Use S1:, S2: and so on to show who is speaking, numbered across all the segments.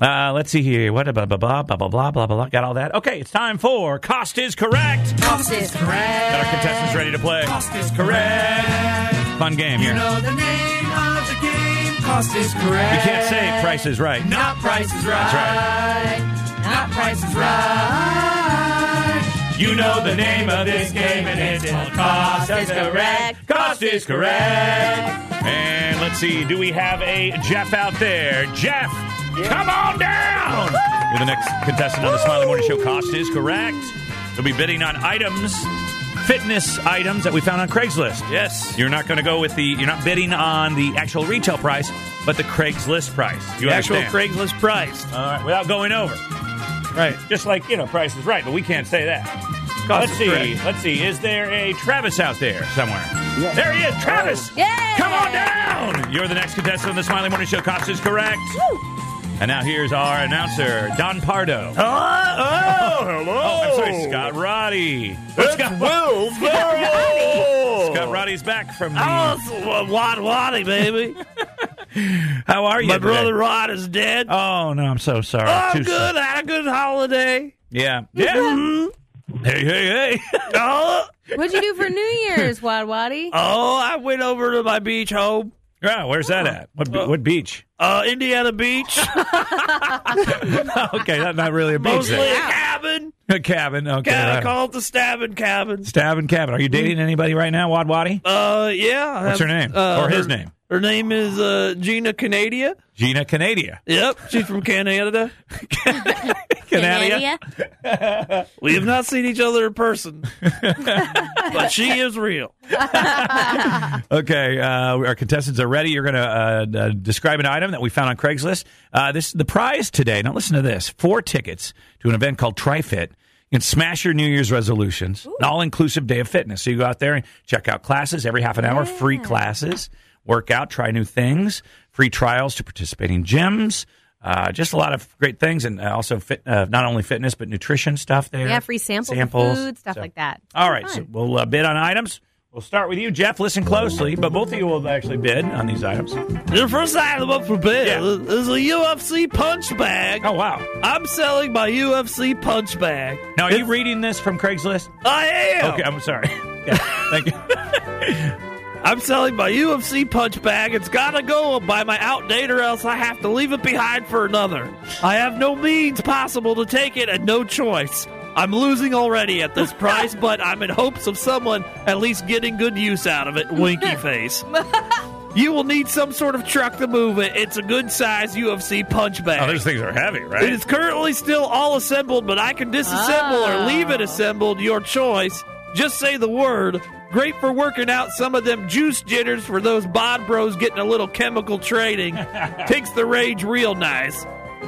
S1: Uh, let's see here. What blah blah blah blah blah blah blah blah. Got all that. Okay, it's time for cost is correct.
S2: Cost is correct.
S1: Got our contestants ready to play.
S2: Cost is correct.
S1: Fun game
S2: You
S1: here.
S2: know the name of the game. Cost is correct.
S1: You can't say price is right.
S2: Not Price is Right.
S1: That's
S2: Not Price is Right.
S1: You know the name of this game and it's called Cost is Correct. Cost is Correct. And let's see, do we have a Jeff out there? Jeff, come on down! You're the next contestant on the Smiley Morning Show. Cost is Correct. They'll be bidding on items, fitness items that we found on Craigslist.
S3: Yes.
S1: You're not going to go with the, you're not bidding on the actual retail price, but the Craigslist price. You
S3: the actual
S1: understand?
S3: Craigslist price.
S1: All right, without going over.
S3: Right.
S1: Just like, you know, price is right, but we can't say that.
S3: Cost
S1: let's
S3: is
S1: see.
S3: correct.
S1: Let's see. Is there a Travis out there somewhere? There he is, Travis.
S3: Oh.
S4: Yeah.
S1: Come on down. You're the next contestant on the Smiley Morning Show. Cost is correct. And now here's our announcer, Don Pardo.
S3: Oh, oh hello.
S1: Oh, I'm sorry, Scott Roddy.
S3: It's
S1: Scott,
S3: Will Ferrell.
S1: Scott Roddy's back from the.
S3: Oh, it's Wa- Wad Waddy, baby.
S1: How are you?
S3: My
S1: today?
S3: brother Rod is dead.
S1: Oh no, I'm so sorry.
S3: I'm
S1: Too
S3: good.
S1: sorry.
S3: I had a good holiday.
S1: Yeah. Yeah.
S3: Mhm.
S1: hey, hey, hey.
S3: Oh,
S4: What'd you do for New Year's, Wadwaddy?
S1: Uh,
S3: oh, I went over to my beach home,
S1: yeah. Where's that at? What, be- what beach?
S3: uh, Indiana Beach,
S1: okay, that's not really a beach.
S3: mostly
S1: then.
S3: a cabin.
S1: A cabin. Okay.
S3: Kind
S1: right.
S3: of call it the stabbing cabin.
S1: Stabbing cabin. Are you dating anybody right now, Wad Waddy?
S3: Uh, yeah. uh,
S1: What's her name? Or his
S3: her-
S1: name?
S3: Her name is uh, Gina Canadia.
S1: Gina Canadia.
S3: Yep, she's from Canada. We have not seen each other in person, but she is real.
S1: Okay, uh, our contestants are ready. You're going to uh, uh, describe an item that we found on Craigslist. Uh, this the prize today. Now listen to this: four tickets to an event called TriFit. You can smash your New Year's resolutions. An all-inclusive day of fitness. So you go out there and check out classes every half an hour, free classes, work out, try new things, free trials to participating gyms. Uh, just a lot of great things, and uh, also fit, uh, not only fitness but nutrition stuff there.
S4: Yeah, free samples, of
S1: samples
S4: food, stuff
S1: So-
S4: like that.
S1: all right,
S4: Fun.
S1: so we'll uh, bid on items. We'll start with you, Jeff. Listen closely, but both of you will actually bid on these items.
S3: The first item up for bid
S1: Yeah.
S3: is a UFC punch bag.
S1: Oh wow!
S3: I'm selling my UFC punch bag.
S1: Now, are you reading this from Craigslist?
S3: I am.
S1: Okay, I'm sorry. Okay, thank you.
S3: I'm selling my UFC punch bag. It's gotta go by my outdate, or else I have to leave it behind for another. I have no means possible to take it, and no choice. I'm losing already at this price, but I'm in hopes of someone at least getting good use out of it. Winky face. You will need some sort of truck to move it. It's a good size UFC punch bag.
S1: Oh, things are heavy,
S3: It is currently still all assembled, but I can disassemble or leave it assembled, your choice. Just say the word. Great for working out some of them juice jitters for those bod bros getting a little chemical training. Takes the rage real nice.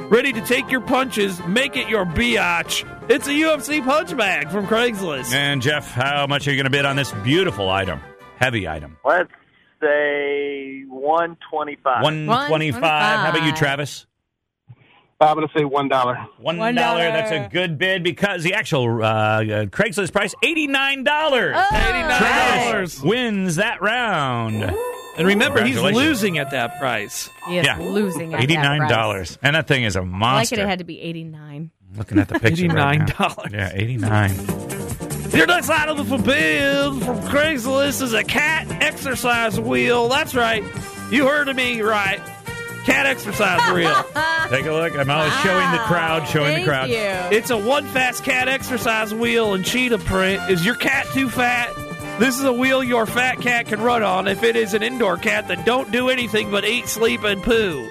S3: Ready to take your punches, make it your biatch. It's a UFC punch bag from Craigslist.
S1: And Jeff, how much are you going to bid on this beautiful item, heavy item?
S5: Let's say 125.
S1: One twenty-five. How about you, Travis?
S6: I'm going to say one dollar.
S1: One dollar. That's a good bid because the actual uh, uh, Craigslist price eighty-nine dollars.
S4: Oh,
S3: $89.
S1: wins that round.
S3: And remember, he's
S1: Congratulations.
S3: losing at that price.
S4: He is
S1: Yeah.
S4: losing at
S1: Eighty-nine dollars, and that thing is a
S4: I like
S1: monster.
S4: it. It had to be eighty-nine.
S1: Looking at the picture. right now.
S3: $89.
S1: Yeah, eighty-nine.
S3: Your next item for bid from Craigslist is a cat exercise wheel. That's right. You heard of me right. Cat exercise wheel.
S1: Take a look. I'm always showing the crowd. Showing the
S4: Thank
S1: crowd.
S4: you.
S3: It's a one fast cat exercise wheel in cheetah print. Is your cat too fat? This is a wheel your fat cat can run on. If it is an indoor cat, then don't do anything but eat, sleep, and poo.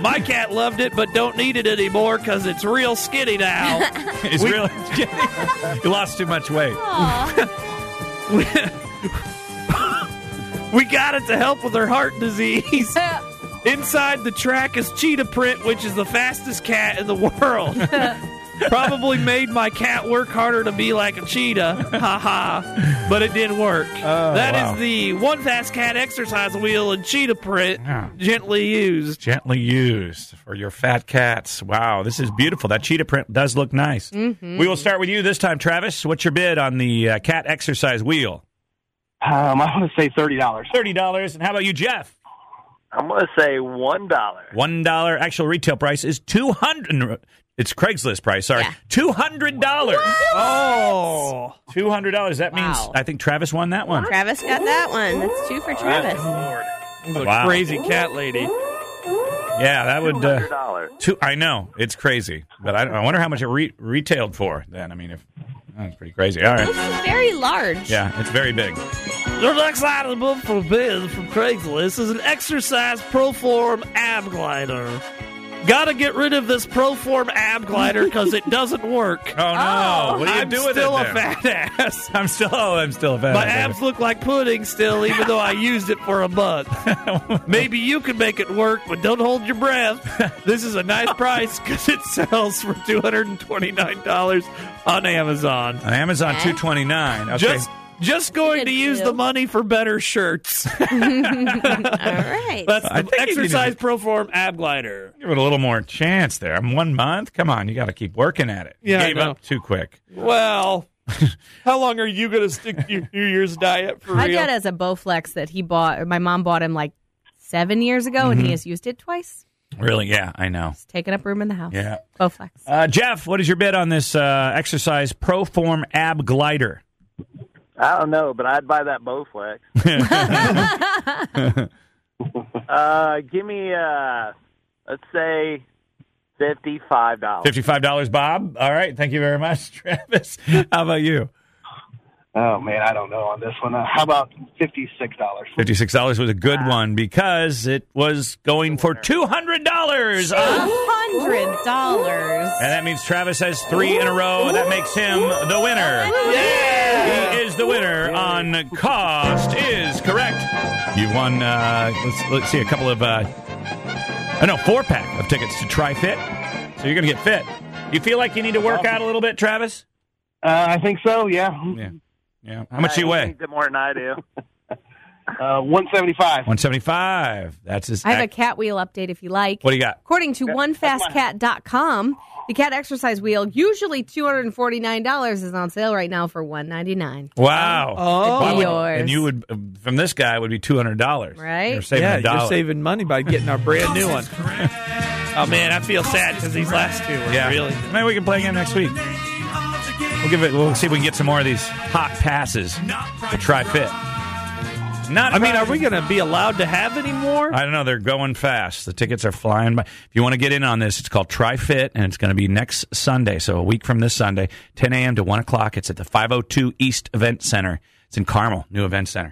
S3: My cat loved it, but don't need it anymore because it's real skinny now.
S1: It's really. you lost too much weight.
S4: Oh. Aw.
S3: we we got it to help with her heart disease. Inside the track is Cheetah Print, which is the fastest cat in the world. Probably made my cat work harder to be like a cheetah. Ha ha. But it did work. That is
S1: Oh, wow.
S3: the one fast cat exercise wheel and cheetah print,
S1: Yeah.
S3: gently used.
S1: Gently used for your fat cats. Wow, this is beautiful. That cheetah print does look nice.
S4: Mm-hmm.
S1: We will start with you this time, Travis. What's your bid on the uh, cat exercise wheel?
S6: Um, I want to say thirty dollars.
S1: Thirty dollars. And how about you, Jeff?
S5: I'm going to say one dollar.
S1: One dollar actual retail price is two hundred. It's Craigslist price. Sorry,
S4: Yeah.
S1: two hundred dollars.
S3: Oh,
S1: Two hundred dollars. That means
S4: Wow.
S1: I think Travis won that one.
S7: Travis got that one. That's two for Travis.
S3: This is a
S1: Wow.
S3: crazy cat lady.
S1: Yeah, that would. Uh,
S5: Hundred dollars.
S1: two. I know it's crazy, but I, I wonder how much it re- retailed for. Then I mean, if that's pretty crazy. All right.
S7: This is very large.
S1: Yeah, it's very big. Oh,
S3: Your next item up for bid from Craigslist is an exercise proform ab glider. Gotta get rid of this proform ab glider because it doesn't work.
S1: Oh no! what do you
S3: I'm
S1: do with
S3: still
S1: it?
S3: a
S1: then?
S3: fat ass.
S1: I'm still. Oh, I'm still a fan.
S3: My abs look like pudding still, even though I used it for a month. Maybe you can make it work, but don't hold your breath. This is a nice price because it sells for $229 on Amazon.
S1: on Amazon
S4: Okay.
S1: two twenty nine. Okay.
S3: Just just going
S4: Good
S3: to use
S4: deal.
S3: the money for better shirts.
S7: All right.
S3: That's
S1: I
S3: the
S1: think you need to-
S3: exercise proform ab glider.
S1: Give it a little more chance there. I'm one month. Come on, you got to keep working at it. You
S3: Yeah, I
S1: gave
S3: know.
S1: up too quick.
S3: Well, how long are you going to stick to your New Year's diet for
S4: My
S3: real?
S4: dad has a Bowflex that he bought. My mom bought him like seven years ago, and
S1: Mm-hmm.
S4: he has used it twice.
S1: Really? Yeah, I know.
S4: It's taken up room in the house.
S1: Yeah.
S4: Bowflex.
S1: Uh, Jeff, what is your bid on this uh, exercise Proform Ab Glider?
S5: I don't know, but I'd buy that Bowflex. uh, give me uh, let's say fifty-five dollars.
S1: Fifty-five dollars, Bob. All right, thank you very much, Travis. How about you?
S6: Oh man, I don't know on this one. Uh, how about fifty-six dollars?
S1: Fifty-six dollars was a good one because it was going for two hundred dollars. Uh,
S7: A hundred dollars.
S1: And that means Travis has three in a row. That makes him the winner. Yeah! He is the winner on cost is correct. You won, uh, let's, let's see, a couple of, uh, I know, four pack of tickets to try fit. So you're going to get fit. You feel like you need to work out a little bit, Travis?
S6: Uh, I think so. Yeah,
S1: Yeah. Yeah. How much do you weigh?
S5: More than I do.
S6: uh, one seventy-five.
S1: 175. That's his.
S4: I have a
S1: act-
S4: cat wheel update if you like.
S1: what do you got?
S4: According to onefastcat.com, the cat exercise wheel, usually $249, is on sale right now for $199.
S1: Wow.
S4: Um,
S3: Oh.
S1: Why would-
S4: Yours.
S1: and you would, um, from this guy, would be $200.
S4: Right?
S1: You're saving a dollar.
S3: saving money by getting our brand new one. oh man, I feel sad because these last two were
S1: yeah.
S3: really.
S1: Maybe we can play again next week. We'll give it. We'll see if we can get some more of these hot passes to try fit. Not.
S3: I mean, are we going to be allowed to have any more?
S1: I don't know. They're going fast. The tickets are flying by. If you want to get in on this, it's called Try Fit, and it's going to be next Sunday. So a week from this oh Sunday, 10 a.m. to 1 o'clock. It's at the 502 East Event Center. It's in Carmel, new event center.